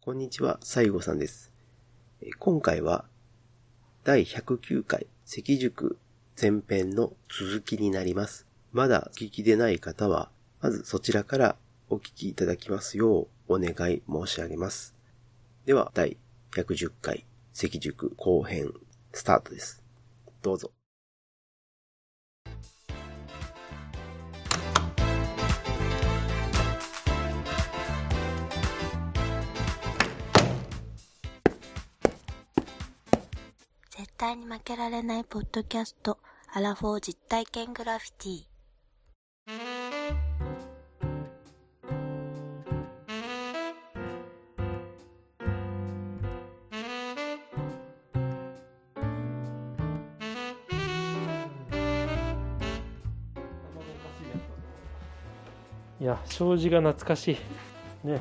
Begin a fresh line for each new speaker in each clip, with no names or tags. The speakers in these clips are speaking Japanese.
こんにちは、西郷さんです。えー今回は、第109回赤塾前編の続きになります。まだお聞きでない方は、まずそちらからお聞きいただきますようお願い申し上げます。では、第110回赤塾後編スタートです。どうぞ。
絶対に負けられないポッドキャスト、アラフォー実体験グラフィティ。
いや障子が懐かしいね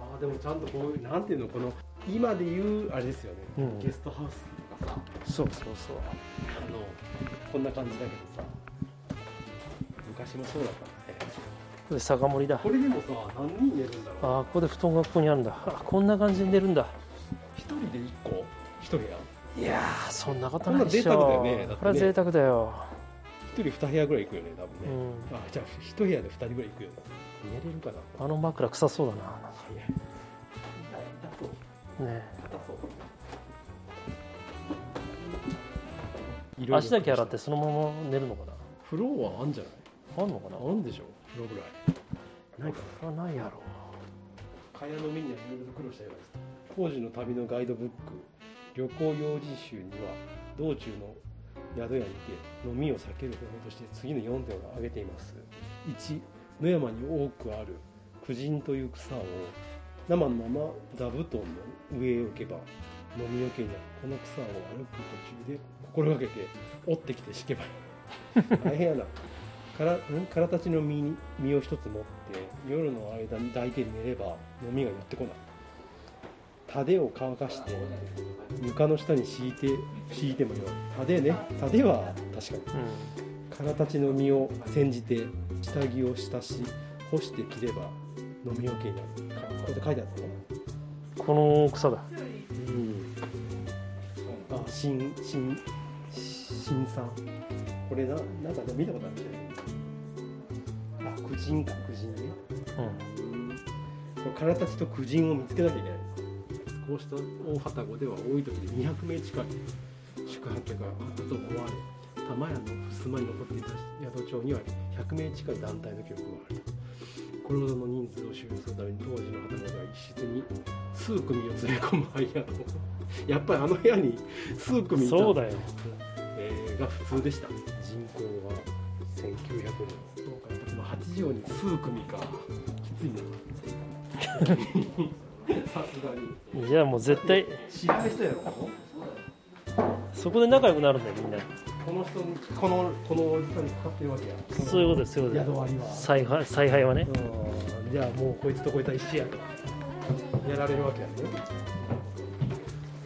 ああでもちゃんとこういうなんていうのこの今で言うあれですよね、
うん
ゲストハウスとかさ
そうそうそう
あのこんな感じだけどさ昔もそうだったね
これ酒盛りだ
これでもさ何人寝るんだろう
ああここで布団がここにあるんだあこんな感じに寝るんだ
一人で一個一人や
いやーそんなことないでし
こんな
ょ
ん贅沢だよねだってね
これは贅沢だよ、
一人二部屋ぐらい行くよね多分
う
ね、
ん、
あじゃあ一部屋で二人ぐらい行くよね寝れるかな
あの枕臭そうだない
や痛そう
ね
硬そう
足だけ洗ってそのまま寝るのかな
風呂はあんじゃない
あんのかな
あんでしょ風呂ぐらいないかな
それはないやろ
蚊帳の目にはいろいろと苦労したようです当時の旅のガイドブック旅行用事集には道中の宿屋にて飲みを避ける方法として次の4点を挙げています1野山に多くある苦人という草を生のまま座布団の上へ置けば飲みよけにはこの草を歩く途中で心がけて折ってきて敷けばいい大変やなからんからたちの実に実を一つ持って夜の間に抱いて寝れば飲みが寄ってこないタデを乾かして床の下に敷いて敷いてもよいタデねタデは確かに
う
からたちの実を煎じて下着を浸し干して着れば飲みよけになるかこれで書いてあったのか
んこの草だ
なあ新新新さんこれななんかね見たことあるみたいなあ苦人か苦人ね
うん
からたちと苦人を見つけなきゃいけないこうした大旅籠では多い時で200名近い宿泊客があったと思われ玉屋の襖に残っていた宿帳には100名近い団体の記録があるこれほどの人数を収容するために当時の旗籠では一室に数組を連れ込む部屋をやっぱりあの部屋に数組いた
そうだよ
えーが普通でした人口は1900人どうかやっぱまあ八条に数組かきついなさすがに
じゃあもう絶対
知らない人やろ
そこで仲良くなるんだよみんな
この人にこのこのおじさんにかかってるわけや
そういうことですそういう
宿
こと
割りは
です采配采配はね
うんじゃあもうこいつとこいつは一緒やとやられるわけやね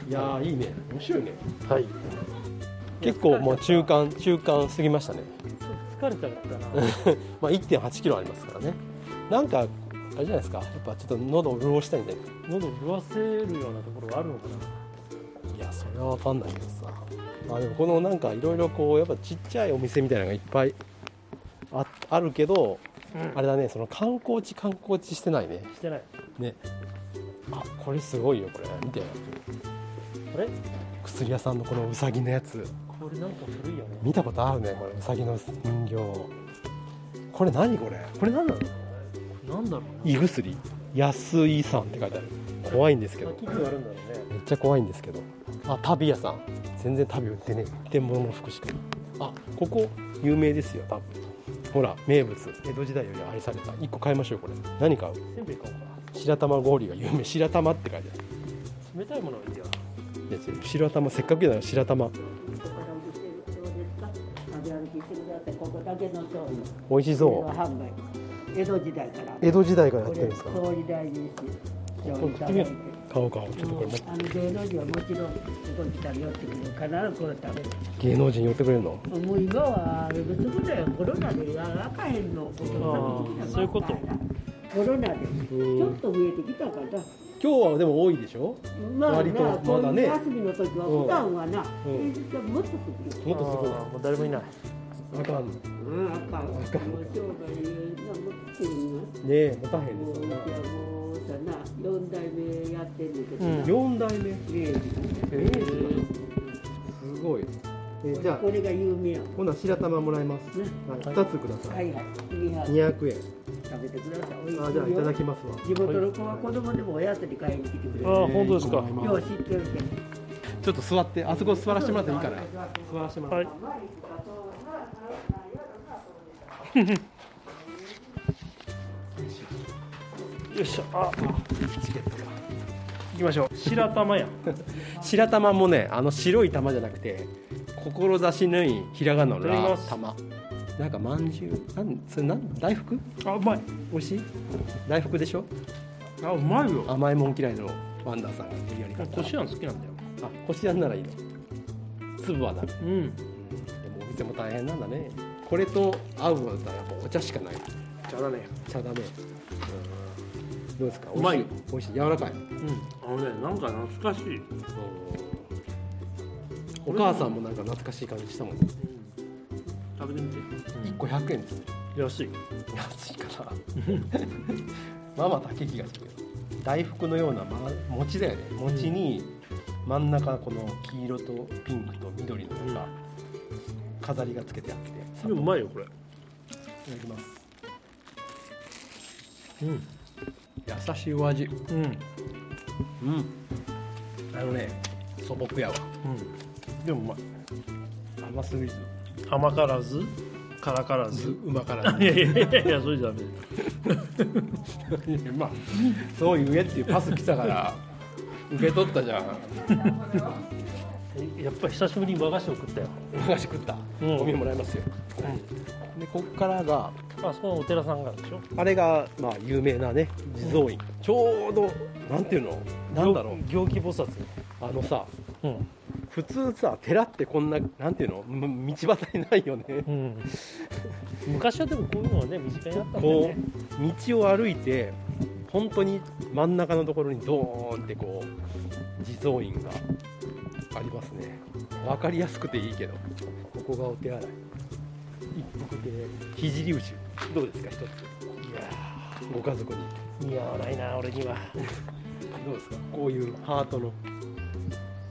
いやーいいね面白いね
はい
結構もう中間中間過ぎましたね
疲れたかったな
まあ、1.8キロありますからね。なんか、あれじゃないですか、やっぱちょっと喉を潤したいんで。い
喉を潤わせるようなところがあるのかな
や、それはわかんないけどさ。まあ、でも、このなんか、いろいろこう、やっぱちっちゃいお店みたいなのがいっぱい。あ、あるけど、あれだね、その観光地、観光地してないね。
してない
ね。あ、これすごいよ、これ、見て。
あれ
薬屋さんのこのうさぎのやつ。
これなんか古いよね
見たことあるね、これ、うさぎの人形。これ、何これ、これ、何なの。
なんだろう
胃薬。安井さんって書いてある。怖いんですけ
な
ど。
きつあるんだろうね
めっちゃ怖いんですけどあ旅屋さん全然旅売ってねえ天物の福祉あここ有名ですよ多分ほら名物江戸時代より愛された1個買いましょうこれ何買う
せんべい買おうか
白玉氷が有名白玉って書いてあ
冷たいものがいいや
るいや違う白玉せっかくだから白玉
どうですか食べ歩きしてくださいここだけの商品
美味し
こ
そ
れは販売江戸時代から
う江戸時代からやっ
こ
て
れ
るんですか
総理大臣氏
これ食ってみよう買おう買おうちょっとこれ持って
あの芸能人はもちろんここに来たら寄ってくる必ずこれ食べる
芸能人寄ってくれるの
もう今は別にだよコロナでやらかへんのお客さんも来
あ
なかった
ーそういうこと
コロナで
うん
ちょっと増えてきたから
今日はでも多いでしょ
まあな
割とまだね
こういう休みの時は普段はな、
うんうん
平日はもっとする
も
よ
っとすごい
あーもう誰もいない
あかん
うん、あかんもう商売がもっとするよ
ねえ持たへん
も
ですよ
ういや
ね
もうさな4代目やってんだけど
うん
な、
4代目
明治
明治すごいえーじゃあ
これが有名やもん
ほな白玉もらいます、はい、2つくださ
はいいはい次は
200円
食べてください美味しいよ
あじゃあいただきますわ
地元の子は子供でもおやつに買いに来てくれる
あー本当ですか
よう知ってるけど
ちょっと座ってあそこ座らせてもらっていいかな座らせてもらって
はい よいしょあ
チケットが
行きましょう白玉や
白玉もねあの白い玉じゃなくて志のいいひらがなの
取り
ラ
ます
玉なんかまんじゅうなんそれなん大福
あうまい
美味しい大福でしょ
あうまいよ
甘いもん嫌いのワンダーさんが言うよりか
こしあん好きなんだよ
あこしあんならいいの粒はなで
うん
もお店も大変なんだねこれと合うのだったらやっぱお茶しかない
じゃだね
茶だねうんどうですか
うまいよ
美味し美味しい柔らかい
うんあのねなんか懐かしい
お母さんもなんか懐かしい感じしたもん、ね、
食べてみて
1個100円です
安い
安いから まあまあ高い気がするけど大福のような、ま、餅だよね餅に真ん中この黄色とピンクと緑のなんか飾りがつけてあって
でもうまいよこれ
いただきます
うん
優しいお味
うん
うんあのね素朴やわでもうまい甘すぎず
うん甘からず辛から
ず
ず
うま からず
いやいやいやいやそれじゃダメ
まあそういうえっていうパス来た から受け取ったじゃん
えやっぱり久しぶりに和菓子を食ったよ
お菓子食った
うん
おみもらいますよ、でこっからが
あそこのお寺さんがあるでしょ
あれがまあ有名なね地蔵院、ちょうどなんていうのなんだろう
行基菩薩
あのさ
うん
普通さ寺ってこんななんていうのむ道端にないよね
うん昔はでもこういうのはね身近にあったんだよ
こ
ね
う道を歩いて本当に真ん中のところにドーンってこう地蔵院がありますね分かりやすくていいけどここがお手洗い一服で聖流酒どうですか一つ
いや
ご家族に
ー似合わないな俺には
どうですかこういうハートの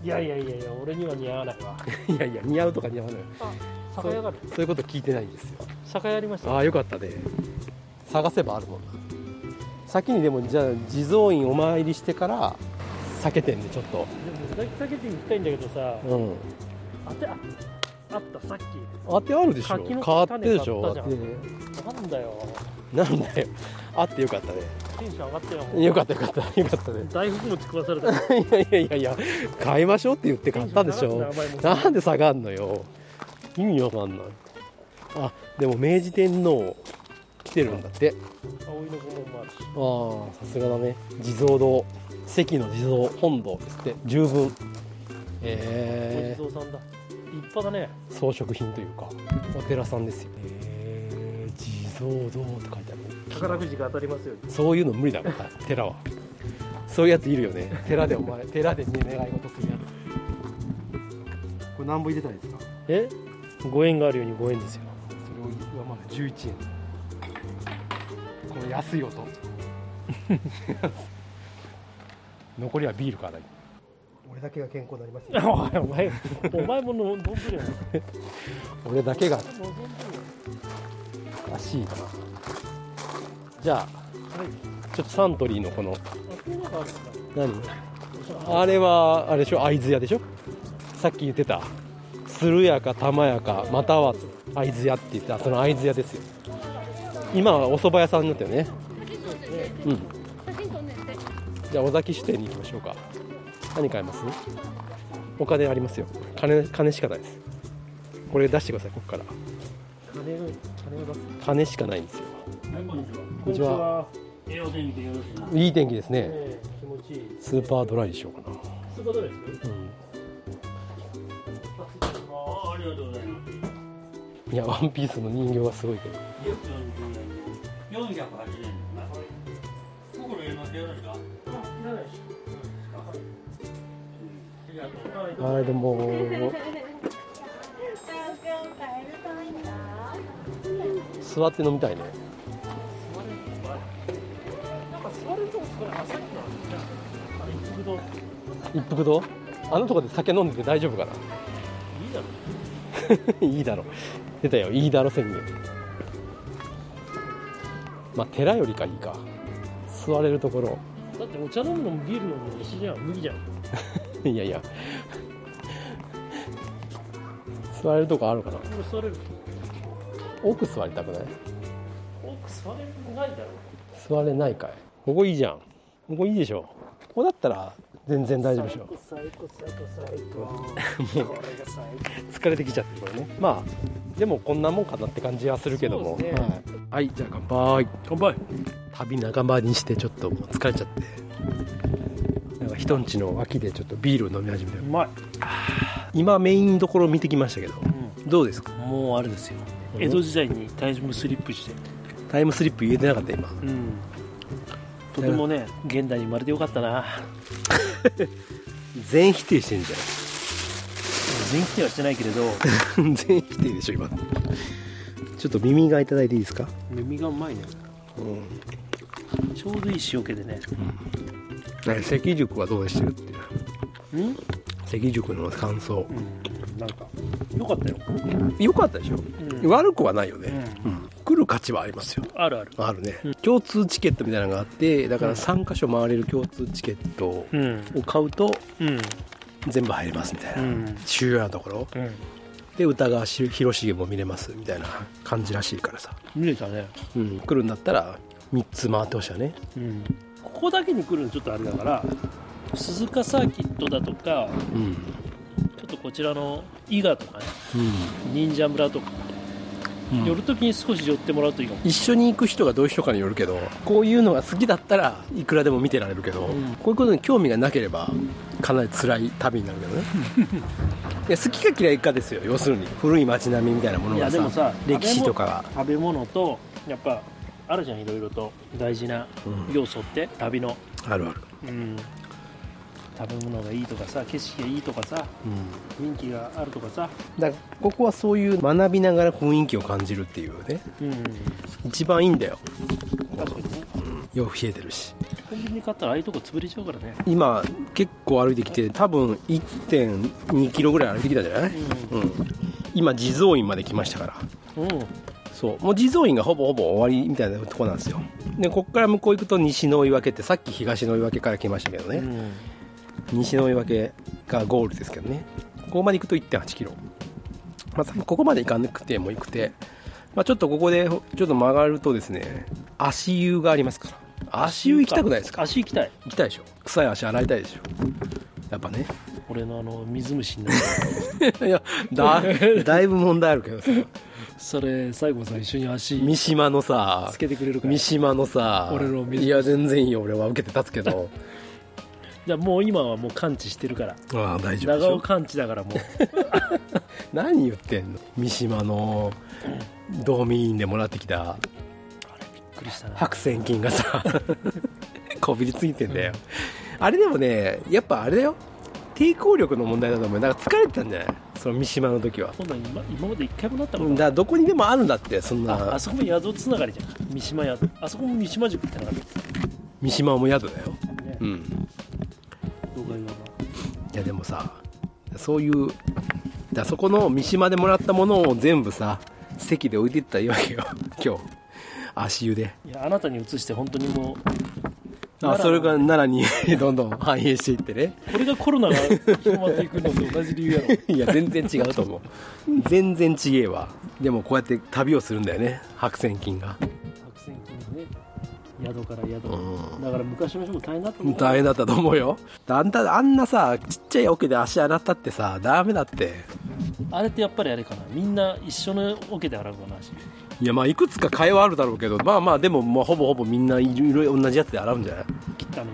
いやいやいやいや俺には似合わないわ
いやいや似合うとか似合わない
酒屋がある
そういうこと聞いてないんですよ
酒屋ありました
ああよかったね探せばあるもんな先にでもじゃあ地蔵院お参りしてから酒店でちょっと
でも俺酒店に行きたいんだけどさ
うん
あてああったさっき
当てあるでしょ
柿の
変わってるでしょ
種買ったじなんだよ
当てなんだよあってよかったね
テンション上がったよ
よかったよかったよかったね
大福餅食わされたか
いやいやいやいや買いましょうって言って買ったんでしょ
な
なんで下がんのよ意味わかんないあでも明治天皇来てるんだって
葵の御門もあるし
ああさすがだね地蔵堂関の地蔵本堂ですって十分ええ
お地蔵さんだ立派だね
装飾品というかお寺さんですよええ地蔵堂って書いてある
宝くじが当たりますように
そういうの無理だもんな 寺はそういうやついるよね寺でお前寺でね願い事するやつこれ何本入れたいですか
えご縁があるようにご縁ですよ
それを上回る11円この安い音残りはビールから俺だけが健康になりますよ
おいお前お前も飲んでるよ
俺だけが
望んでるよ
らしいなじゃあ、ちょっとサントリーのこの
あこんなのがあるんだ
何あれはあれでしょ会津屋でしょさっき言ってた鶴屋か玉屋かまたは会津屋って言ったその会津屋ですよ今はお蕎麦屋さんになったよねうんじゃあ尾崎酒店に行きましょうか何買いますお金ありますよ金金しかないですこれ出してくださいここから
金の金を出す
金しかないんですよこんにちは
栄養電気よろしいね
いい天気ですね
え気持ちいい
スーパードライにしようかな
そういうことですね
うん
あありがとうございます。
いやワンピースの人形はすごいけど
480円ですね。心入れますよろしいか。
はい、どうも。座って飲みたいね。一服堂あのとこで酒飲んでて大丈夫かな いいだろ出たよいいだろ宣言まあ寺よりかいいか座れるところ
だってお茶飲むのもビール飲むのも一緒じゃん無理じゃん
いやいや座れるとこあるかな
これ座れる
奥座りたくない
奥座れるのないだろ
座れないかいここいいじゃんここいいでしょここだったら全然大丈夫でしょ
最高最高最高これが最高
疲れてきちゃってこれねまあでもこんなもんかなって感じはするけども、
そうですね
はい、はい、じゃあ乾杯
乾杯
旅仲間にしてちょっともう疲れちゃってなんか人んちの脇でちょっとビールを飲み始めて
うまい、
今メインどころ見てきましたけどどうですか
もうあれですよ江戸時代にタイムスリップして
タイムスリップ言えてなかった今
うんとてもね現代に生まれてよかったな
全否定してんじ
全否定はしてないけ れど
ゃん全否定でしょ今ちょっと耳がいただいていいですか
耳がうまいねちょうどいい塩気でね
はい関塾はどうでしたよっていう
うん、うん、
関塾の感想
なんかよかったよ、
良かったでしょ、
うん
悪くはないよね、
う
うん来る価値はありますよ
ん、あるある
あるね、共通チケットみたいなのがあってだから3箇所回れる共通チケットを
うん
買うと
うん
全部入れますみたいな、
うん
主要なところ
うん
で歌川し広重も見れますみたいな感じらしいからさ、
見れたね
うん、来るんだったら3つ回ってほしいよね
うんここだけに来るのちょっとあれだから鈴鹿サーキットだとか
うん
ちょっとこちらの伊賀とかね
うん、
忍者村とか、
うん
寄るときに少し寄ってもらうといいかも、
一緒に行く人がどういう人かによるけどこういうのが好きだったらいくらでも見てられるけど、
ん
こういうことに興味がなければかなり辛い旅になるけどねいや好きか嫌いかですよ要するに古い街並みみたいなもの
いや
が
でも
さ
さ
歴史とかが
食べ物とやっぱあるじゃんいろいろと大事な要素って、旅の、
あるある、
うん、食べ物がいいとかさ景色がいいとかさ人気があるとかさ、
だからここはそういう学びながら雰囲気を感じるっていうね
うん、
一番いいんだよ
確かにね
よく冷えてるし
コンビニ買ったらああいうとこ潰れちゃうからね
今結構歩いてきて多分1 2キロぐらい歩いてきたんじゃない、うん今地蔵院まで来ましたから
うん
そうもう地蔵院がほぼほぼ終わりみたいなとこなんですよでこっから向こう行くと西の追分ってさっき東の追分から来ましたけどね、
うん
西の追分がゴールですけどねここまで行くと1 8キロまあ、多分ここまで行かなくてもよくて、まあ、ちょっとここでちょっと曲がるとですね足湯がありますから足湯行きたくないですか
足行きたい
行きたいでしょ臭い足洗いたいでしょやっぱ ね
俺のあの水虫 になる
いやだ だいぶ問題あるけどさ
それ西郷さん一緒に足
三島のさ
つけてくれるから
三島のさ
俺の水
いや全然いいよ俺は受けて立つけど
じゃあもう今はもう完治してるから
ああ大丈夫でし
長尾
ょ
完治だからも う
何言ってんの三島の道民院でもらってきた
びっくりしたな
白癬菌がさ こびりついてんだよあれでもねやっぱあれだよ抵抗力の問題だと思うなんか疲れてたんじゃないその三島の時は
そんなん今今まで一回もなった
う
こ
んだ
とない
からどこにでもあるんだってそん
あ
な
あそこも宿つながりじゃん三島宿あそこも三島宿ってなかったです
三島も宿だよ
ね
うん
動画用の
いやでもさそういうだそこの三島でもらったものを全部さ席で置いていったらいいわけよ 今日足湯で
いやあなたに移して本当にも
あそれが奈良に どんどん反映していってね
うこれがコロナが広まっていくのと同じ理由や ろ
いや全然違うと思う全然ちげえわでもこうやって旅をするんだよね白癬菌が
白線金のね宿から宿、
う
だから昔の人も大変だったもん
大変だったと思うよあんたあんなさちっちゃい桶で足洗ったってさダメだって
あれってやっぱりあれかなみんな一緒のオケで洗うかな足
いやまあいくつか会話あるだろうけどまあまあでもまあほぼほぼみんないろいろ同じやつで洗うんじゃない
切ったね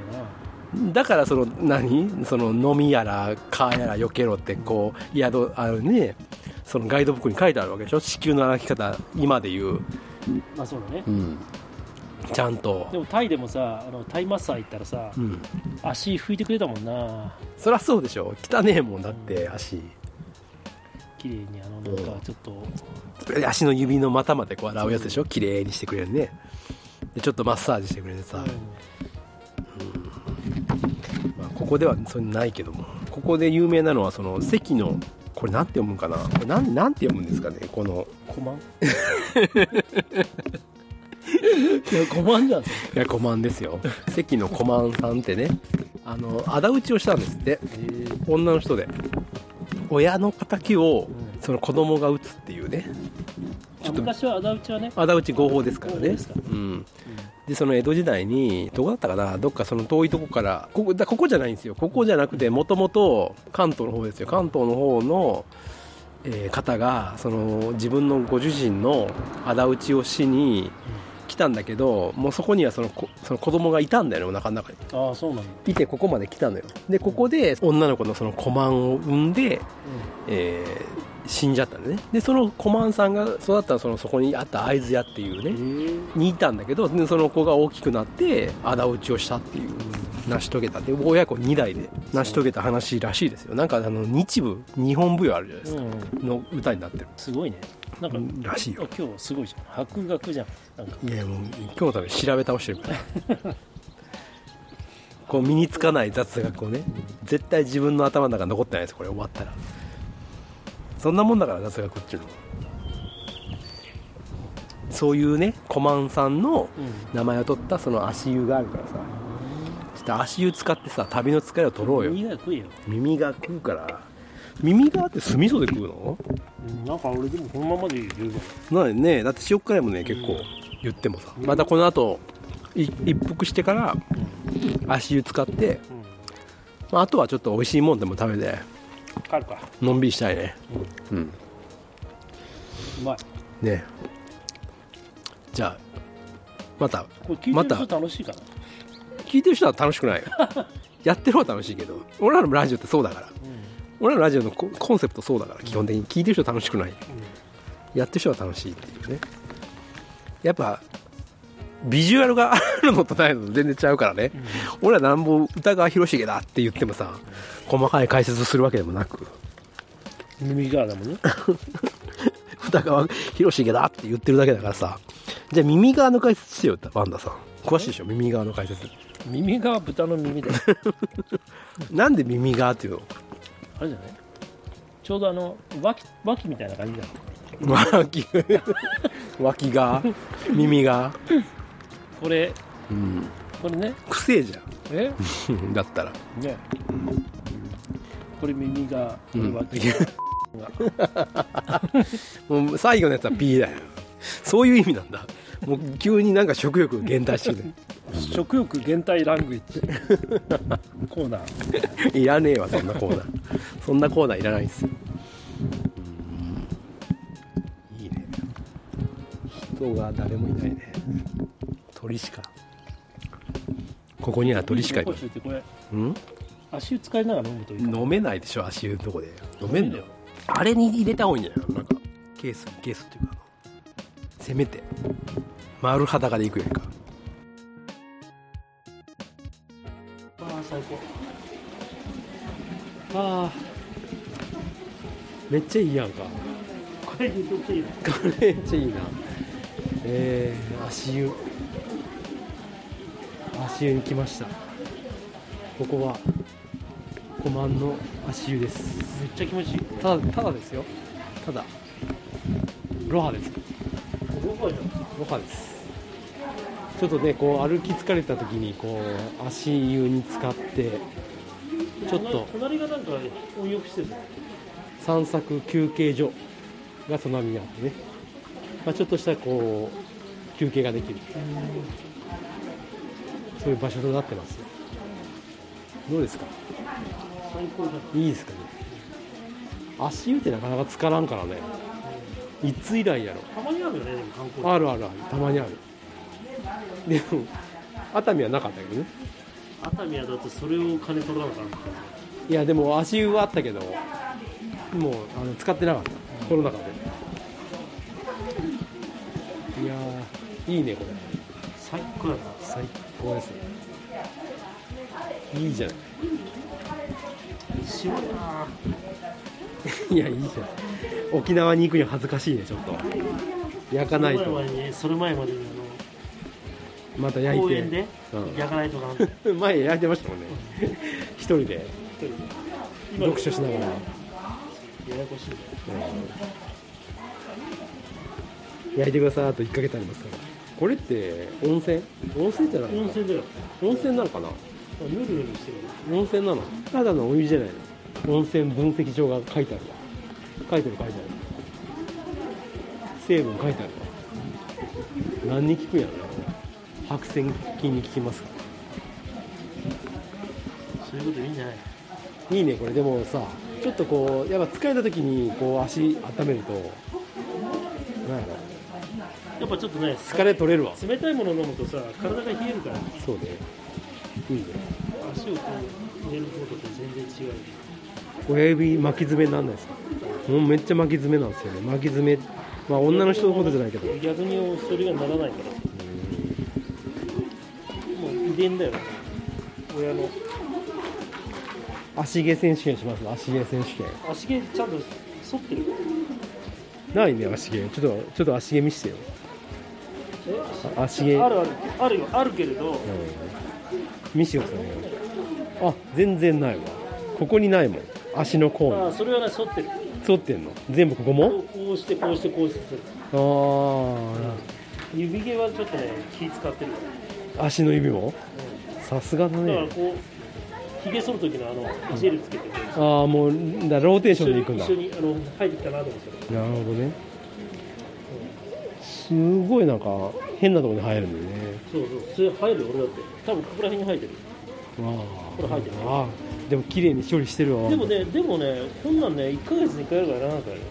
えな
だからその何その飲みやら川やら避けろってこう宿あるねそのガイドブックに書いてあるわけでしょ地球の歩き方今で言う、
まあそうだね、
ちゃんと
でもタイでもさあのタイマッサー行ったらさ
うん
足拭いてくれたもんな
そりゃそうでしょ汚ねえもんだって足
綺麗にあのなんかちょっと
足の指の股までこう洗うやつでしょ綺麗にしてくれるねでちょっとマッサージしてくれてさ、まあ、ここではそれないけどもここで有名なのはその関のこれなんて読むんかなこれなんなんて読むんですかねこの
コマンいやコマンじゃんそれ
いや、コマンですよ。関のコマンさんってね、あの、仇討ちをしたんですって。女の人で。親の仇を、その子供が打つっていうね。ちょっと
昔は仇討ちはね
仇討ち合法ですから
合法
ね
ですから。
うん。で、その江戸時代に、どこだったかなどっかその遠いとこから、ここ、だここじゃないんですよ。ここじゃなくて、もともと関東の方ですよ。関東の方の、えー方が、その、自分のご主人の仇討ちをしに、来たんだけどもうそこにはその子その子供がいたんだよねお腹の中に
ああそうなんだ
いてここまで来たのよでここで女の子のそのコマンを産んで、えー死んじゃったんだねでそのコマンさんが育ったそのそこにあった会津屋っていうねにいたんだけどでその子が大きくなって仇討ちをしたっていう成し遂げたで親子2代で成し遂げた話らしいですよなんかあの日舞日本舞踊あるじゃないです
う
か、
んうん
の歌になってる
すごいねなんか
らしいよ
あ今日すごいじゃん博学じゃんなんか
いやもう今日のために調べ倒してるから こう身につかない雑学をね絶対自分の頭の中に残ってないですこれ終わったらそんなもんだから雑学っていうのはそういうねコマンさんの名前を取ったその足湯があるからさちょっと足湯使ってさ旅の疲れを取ろうよ
耳が食えよ
耳が食うから耳があって酢味噌で食うの
なんか俺でもこのままで十分
なんでねだって塩辛いもね結構言ってもさまたこの後い一服してから足湯使って、まあ、あとはちょっと美味しいもんでも食べて
帰るか
のんびりしたいねうん
うまい
ねじゃあまた
これ聞
ま
いて
た
る人楽しいかな、
聞いてる人は楽しく ないよやってる方は楽しいけど俺らのラジオってそうだから俺らのラジオのココンセプトそうだから基本的に聞いてる人は楽しくない、やってる人は楽しいっていうねやっぱビジュアルがあるのとないのと全然違うからね、俺らなんぼ歌川広重だって言ってもさ細かい解説をするわけでもなく
耳がだもんね
歌川広重だって言ってるだけだからさじゃあ耳側の解説してよワンダさん詳しいでしょ耳側の解説
耳が豚の耳だよ
なんで耳側っていうの
あれじゃないちょうどあの脇脇みたいな感じだよ
脇脇が耳が
これ
うん
これね
くせえじ
え
ゃんだったら
ねこれ耳がこれ脇が、
もう最後のやつは P だよそういう意味なんだもう急になんか食欲が減退してる
食欲減退ラングイッジコーナー
いらねえわそんなコーナーそんなコーナーいらないんですよいいね人が誰もいないね鳥しかここには鳥しかい
残
ま
し
せ
といてこれ
んん
足使いながら飲むといいかも
飲めないでしょ足湯のとこで飲め
め
ん
ん
の
の
よ
よ
あれに入れた方がいいんじゃないのなんかケースケースっていうかせめて丸裸で行くよりか
ああ最高あ
めっちゃいいやんか
あこれめっちゃいいな
これめっちゃいいなえー、足湯足湯に来ましたここはコマンの足湯です
めっちゃ気持ちいい
ただただですよただロハですロハです
ちょっとねこう歩き疲れた時にこう足湯に使ってちょっと
隣がなんか温浴してる
散策休憩所が隣にあってね、まあ、ちょっとしたこう休憩ができるそういう場所となってますよどうですか
最高だ
いいですかね足湯ってなかなかつからんからねいつ以来やろ
たまにあるよねでも観光
あるあるあるたまにあるでも熱海はなかったけどね
熱海はだってそれを金取らなかった
いやでも足湯はあったけどもうあの使ってなかったコロナ禍でいやーいいねこれ
最高だな
最高ですねいいじゃん
一緒だない
やいいじゃん沖縄に行くには恥ずかしいねちょっと焼かない
それ
と
前までにそれ前までに
また
あの
焼い
公
て
園で焼かないとかな
うん、前焼いてましたもんね一人で読書しながら、
ややこしいね
焼いてくださいあと1ヶ月ありますからこれって温泉温泉じゃないの
温
かな
泉だよ
温泉なのかな
夜夜してるよ
温泉なのただのお湯じゃないの温泉分析帳が書いてあるわ書いてる書いてある成分書いてあるわ何に効くんやろな白癬菌に効きますか
そういうことでいいんじゃない
いいねこれでもさちょっとこうやっぱ疲れた時にこう足温めるとなんやろ
やっぱちょっとね
疲れ取れるわ
冷たいもの飲むとさ体が冷えるから
そうねいいね
足をこう入れることと全然違うよ
親指巻き爪になんないですかもうめっちゃ巻き爪なんですよね巻き爪まあ女の人のことじゃないけど
逆にそれがならないからもう遺伝だよね親の
足毛選手権します足毛選手権
足毛ちゃんと反ってる
ないね足毛ちょっとちょっと足毛見してよ
え
あ足毛
あるあるあるよあるけれど
見してくださいねあ全然ないわここにないもん足の甲
あ
に
それはね反ってる
沿ってんの全部ここ
こ
も
うこうしてこうしてこうして
あ
指毛はちょっとね気使ってるから
あ足の指もさすがだ
だから
ね
こうひげ剃る時のあのジェルつけてこう
ああもうだローテーションでいくんだ
一緒に一緒にあの入ってきたなと思ってた
なるほどねすごいなんか変なところに入るんだよね
そうそうそれ入るよ俺だって多分ここら辺に生えてる
あ
これ入ってる
あーでも綺麗に処理してるわ
でもねでもねこんなんね1ヶ月に1回やるからやらないからよ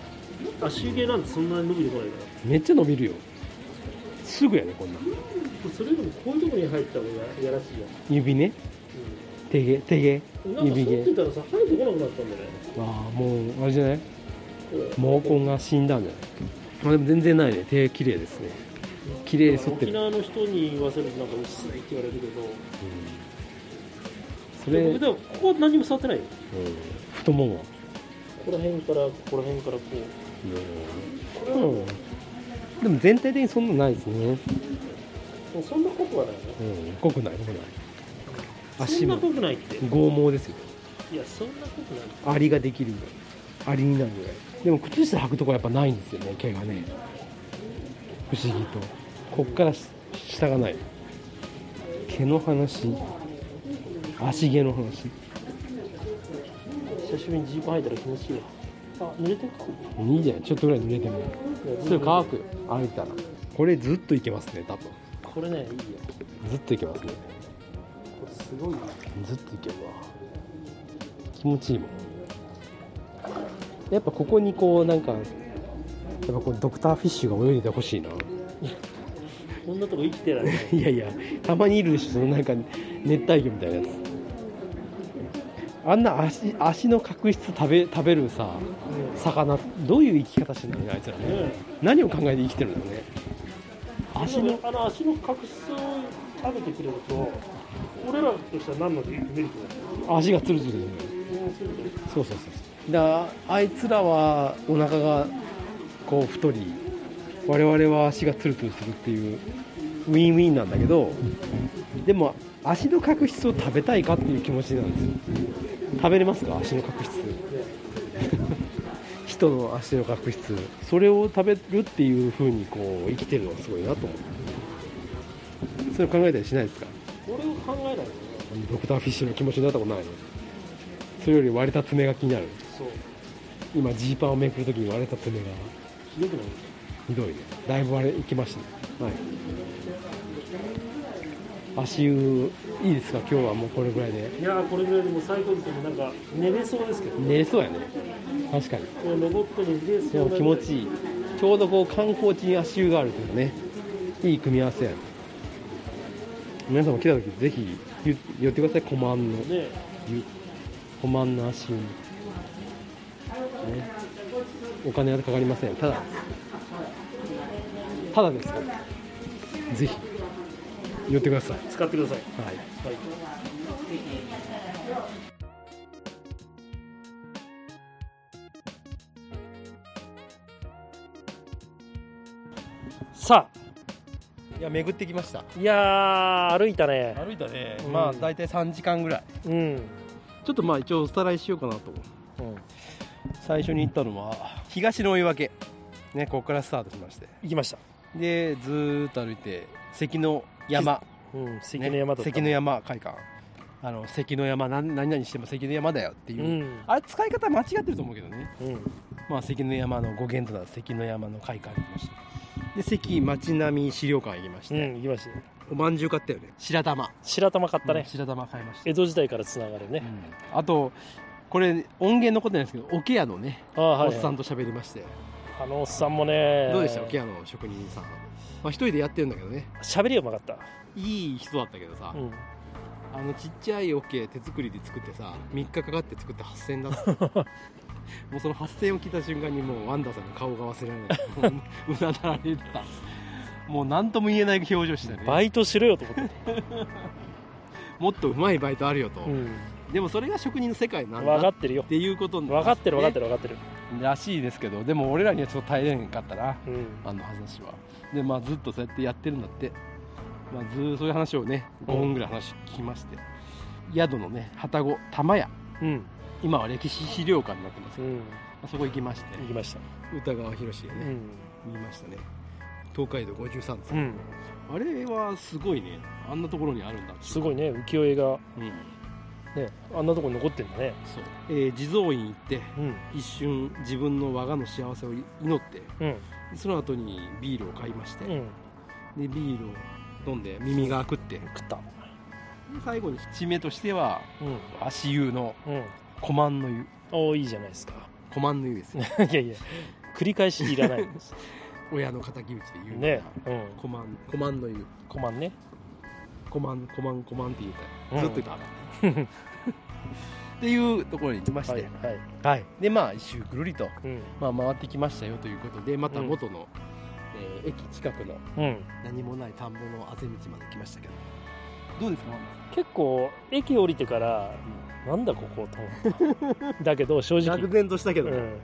足毛なんてそんなに伸びてこないか
めっちゃ伸びるよすぐやねこんなん
らそれよりもこういうとこに入った方がやらしいよ、
指ね手毛手
うん、な
毛
んか剃
指毛
ってたらさ生えてこなくなったんだよね
ああもうあれじゃない
うん
毛根が死んだんじゃないまあでも全然ないね手綺麗ですね綺麗に剃って
沖
る
縄の人に言わせるとなんか薄いって言われるけど
それ、う
僕
ん、
でもここは何も触ってないよ
太ももは
ここら辺からここら辺からこ
うんでも全体的にそんなないですね、
うもうそんな濃くはないよ
う
ね
ん、濃くない濃くない
そ
足
んな
も
濃くないってい
剛毛ですよ
やそんな濃くない
アリができるぐらいアリになるぐらいでも靴下履くとこはやっぱないんですよね毛がね不思議とこっからし下がない毛の話足毛の話
久しぶりにジーパン履いたら気持ちいいわあ濡れてるか
いいじゃんちょっとぐらい濡れてもそれ乾くよ歩いたらこれずっといけますね多分
これねいいよ
ずっといけますね
これすごいよ
ずっといけるわ気持ちいいもんやっぱここにこうなんかやっぱこうドクターフィッシュが泳いでてほしいな
こんなとこ生きてられない
いやいや、たまにいるでしょ、そのなんか熱帯魚みたいなやつ。あんな足足の角質食べ食べるさ、魚、どういう生き方してるのね、あいつらね。
ね
何を考えて生きてるんだろうね。足
足
の
の、あの足の角質を食べてくれると俺らとしては何のメリットだ
足がつるつる出る。そうそうそうそう。だから、あいつらはお腹がこう太り、我々は足がつるつるするっていう、ウィンウィンなんだけど、でも、足の角質を食べたいかっていう気持ちなんですよ。食べれますか、足の角質。 人の足の角質それを食べるっていう風にこう生きてるのがすごいなと思うそれ考えたりしないですか
これを考えないよね
ドクターフィッシュの気持ちになったことないのそれより割れた爪が気になる
そう
今ジーパンをめくるときに割れた爪が
ひどくない
ひどいねだいぶ割れいきましたねはい足湯いいですか今日はもうこれぐらいで
いやーこれぐらいでもう最高ですよねなんか寝れそうですけどね
寝れそうやね確かに
このロボットに寝れそう
で
な
も
ぐら
気持ちいいちょうどこう観光地に足湯があるというかねいい組み合わせやね皆さんも来た時ぜひゆ寄ってくださいコマンの
ね
湯コマンの足湯にねお金はかかりませんただただですからぜひ
寄ってください。
使ってください。
はい。
はい。さ
いや巡ってきました
あ、いやー、歩いたね。
歩いたね、
うん
まあ大体3時間ぐらい
うん。
ちょっとまあ一応おさらいしようかなと、うん、最初に行ったのは東の追分ねここからスタートしまして
行きました。
でずーっと歩いて関の山
うん。関
ね
の山だった。
関の。山会館あの関の山なん何々しても関の山だよっていう、
うん。
あれ使い方間違ってると思うけどね、
うん。
まあ、関の山の語源となる関の山の会館に行きましたで関町並み資料館行きまし
う
て、
ん、行きました。
おまんじゅう買ったよね白玉
白玉買った
うん
ね。
白玉買いました
江戸時代からつながるね。
うんあとこれ音源残ってないんですけど桶屋のね
ああ、
お
はい
っ。さんと喋りまして、
あのおっさんもね。
どうでした桶屋の職人さん、まあ、一人でやってるんだけどね
喋りがうまかった。
いい人だったけどさ、
うん。
あのちっちゃい桶手作りで作ってさ3日かかって作って8000だった もうその8000を聞いた瞬間にもうワンダさんの顔が忘れられない もううなだられてたもう何とも言えない表情してた
バ
ね
イトしろよと思って。
もっとうまいバイトあるよと、
うん。
でもそれが職人の世界なんだ
分か
っ
ってるよ。
ていうことに
分かってる分かって
る
る分かってる。
らしいですけどでも俺らにはちょっと耐えれんかったな
うん。
あの話はでまあずっとそうやってやってるんだって、まあ、ずーそういう話をね5分ぐらい話聞きまして、宿のね旅籠玉屋
うん。
今は歴史資料館になってますけ
う
ど、
ん。
そこ行きまして
行きました。
歌川宏が
う
ね、
ん。
見ましたね東海道53さ、
うんん。
あれはすごいねあんなところにあるんだっていう
すごいね、浮世絵が、
うん
ね、あんなとこに残ってんだね。
そう、えー地蔵院行って
うん。
一瞬自分の我がの幸せを祈って
うん。
その後にビールを買いまして、
う
で
ん。
ビールを飲んで耳がくってで
食った。
最後に締めとしては
うん。
足湯の
うん。
コマンの湯
おーいいじゃない ですか。
コマンの湯ですね
いやいや、繰り返しいらないんです。
親の敵討ちで言う
ね。うん。
コマンコマンの湯
こまんね。
コマンコマンコマンって言うた
うん
らずっと言ったらあ かんっていうところに行きまして、
は。
はいい
はい。
でまあ一周ぐるりと、
うん。
まあ、回ってきましたよということでまた
うん
元の、えー駅近くの
うん。
何もない田んぼのあぜ道まで来ましたけどどうですか、
結構、駅降りてから、なんだここと思 った。だけど、正直。
漠然としたけど、
う
うん
ん。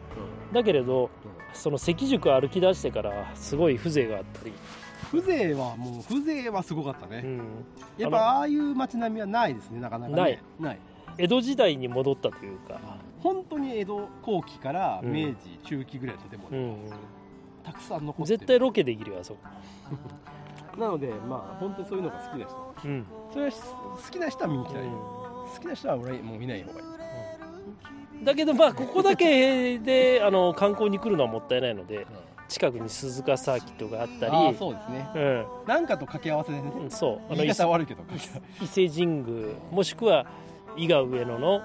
だけれど、その関宿歩き出してから、すごい風情があったり。
風情はもう風情はすごかったね、
うん。
やっぱああいう街並みはないですねなかなかね
ない
ない
江戸時代に戻ったというか。
本当に江戸後期から
うん
明治中期ぐらいの建
う
物、
ん。
たくさん残ってる
絶対ロケできるよ、あそこ。
なのでまあ本当にそういうのが好きな人
うん。
それは好きな人は見に来たい、好きな人は俺もう見ない方がいい
だけどまあここだけであの観光に来るのはもったいないので
うん
近くに鈴鹿サーキットがあったり
ああそうですね
うん
なんかと掛け合わせでね
うん、そうあの
言い
伊勢
方悪いけど掛 け合わせ
伊勢神宮もしくは伊賀上野の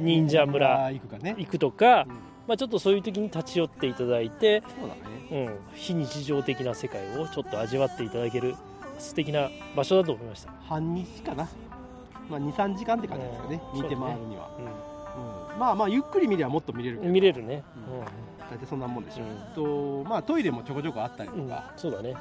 忍者村
行くかね
行くとか
う、ん
まあ、ちょっとそういう時に立ち寄っていただいて、
そうだね
うん、非日常的な世界をちょっと味わっていただける素敵な場所だと思いました、
半日かなまあ23時間って感じですかね
うん
見て回るには、
う
うんまあまあゆっくり見ればもっと見れるけど
ん、見れるね、
大体そんなもんでしょ、
うん
とまあトイレもちょこちょこあったりと
うんうん
か、
そうだね、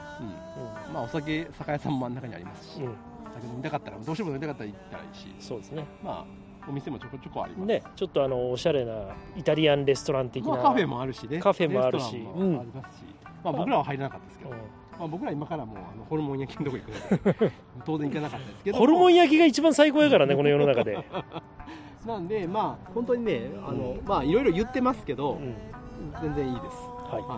うんまあお酒酒屋さんも真ん中にありますし、
うんうん、
酒飲みたかったらどうしても飲みたかったら行ったらいいし
そうですね
まあお店もちょこちょこあります
ねちょっとあのおしゃれなイタリアンレストラン的な、
まあ、カフェもあるしね
カフェもあるし
レストランもありますし、まあ、僕らは入らなかったですけど、
う
まあ、僕ら今からもうあのホルモン焼きのとこ行くの で当然行かなかったですけ
ん
ど
ホルモン
焼
焼きが一番最高やからねこの世の中で、
きなんでまあ本当にねあの、まあいろいろ言ってますけど、
うん
全然いいです
は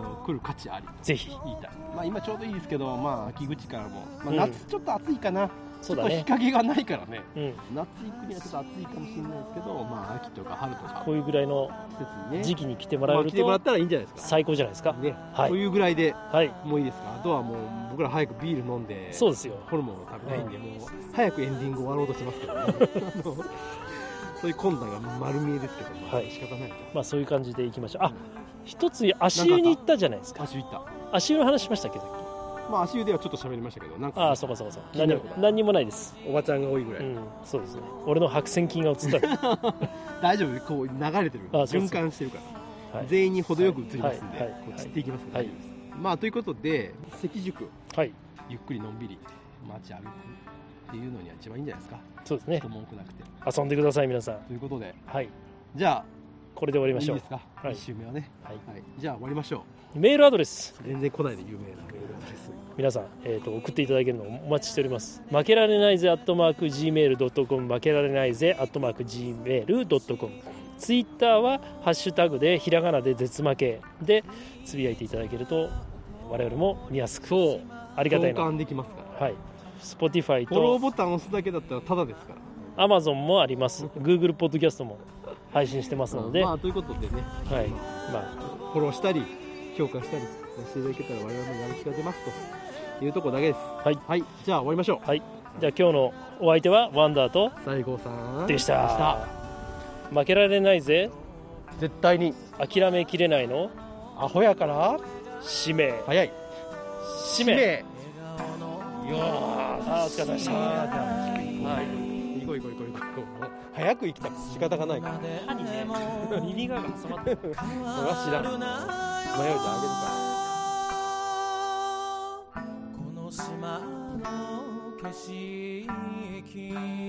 あの来る価値あり
いぜひ
言いたい、まあ、今ちょうどいいですけど、まあ、秋口からも、ま
う
あ、
ん
夏ちょっと暑いかな、
そう
ちょ
だ
っと日
ね、
陰がないからね
うん、
夏行くにはちょっと暑いかもしれないですけど、まあ、秋とか春とか
こういうぐらいの
季節にね
時期に来てもらえ
まあ
る
来てもらっ
と
たらいいんじゃないですか
最高じゃないですか
ね、
はい
というぐらいで
はい
もういいですかあとはもう僕ら早くビール飲んで
そうですよ
ホルモンを食べたいんで、もう早くエンディング終わろうとしてますけど、 ね、あのそういう困難が丸見えですけど、まあ
はい
仕方ないと
まあそういう感じでいきましょうあ一つ足湯に行ったじゃないですか
足湯行った、
足湯の話しましたっけさっ
まあ、足湯ではちょっと喋りましたけどなん
きあ
か
あそうかそうかそう
気に
何
なる
にも
こと
何にもないです
おばちゃんが多いぐら
う
い、
んそうですね俺の白線菌が映 ったら
大丈夫こう流れてる
あそうそう
循環してるから
はい
全員に程よく映りますんで、
はいはいはい
こう散っていきますから、
はい
大丈夫ですまあということで関宿
はい
ゆっくりのんびり街歩くっていうのには一番いいんじゃないですか
そうですね
人も多くなくて
遊んでください皆さん
ということで
はい
じゃあ
これで終わりましょ
いういですか、
はい
一周目はね、
はい
じゃあ終わりましょ
メールアドレス
う全然来ないで有名なメールアドレス
皆さん、えー、と送っていただけるのをお待ちしております負けられないぜ Gmail.com 負けられないぜ Gmail.com ツイッターはハッシュタグでひらがなで絶負けでつぶやいていただけると我々も見やすく
そう
ありがたい
交
な
換できますから
はい Spotify
フォロー
と
ボタン押すだけだったらタダですから
Amazon もあります Google ポッドキャストも配信してますので、
まあということでね
はいま、
フォローしたり評価したりしていただけたら我々もやる気が出ますというところだけですはいはい、じゃあ終わりましょ
あはいじゃあ今日のお相手はワンダーと
う西郷さん
でした負けられないぜ
絶対に
諦めきれないの
アホやから
使命
早い
使命
よー
あーお疲れ様でした
はい行こう行こう行こう行こう行こう早く行きたくて仕方がないから
歯にね 耳が挟まって
それは知らん迷うじゃあげるから
この島の景色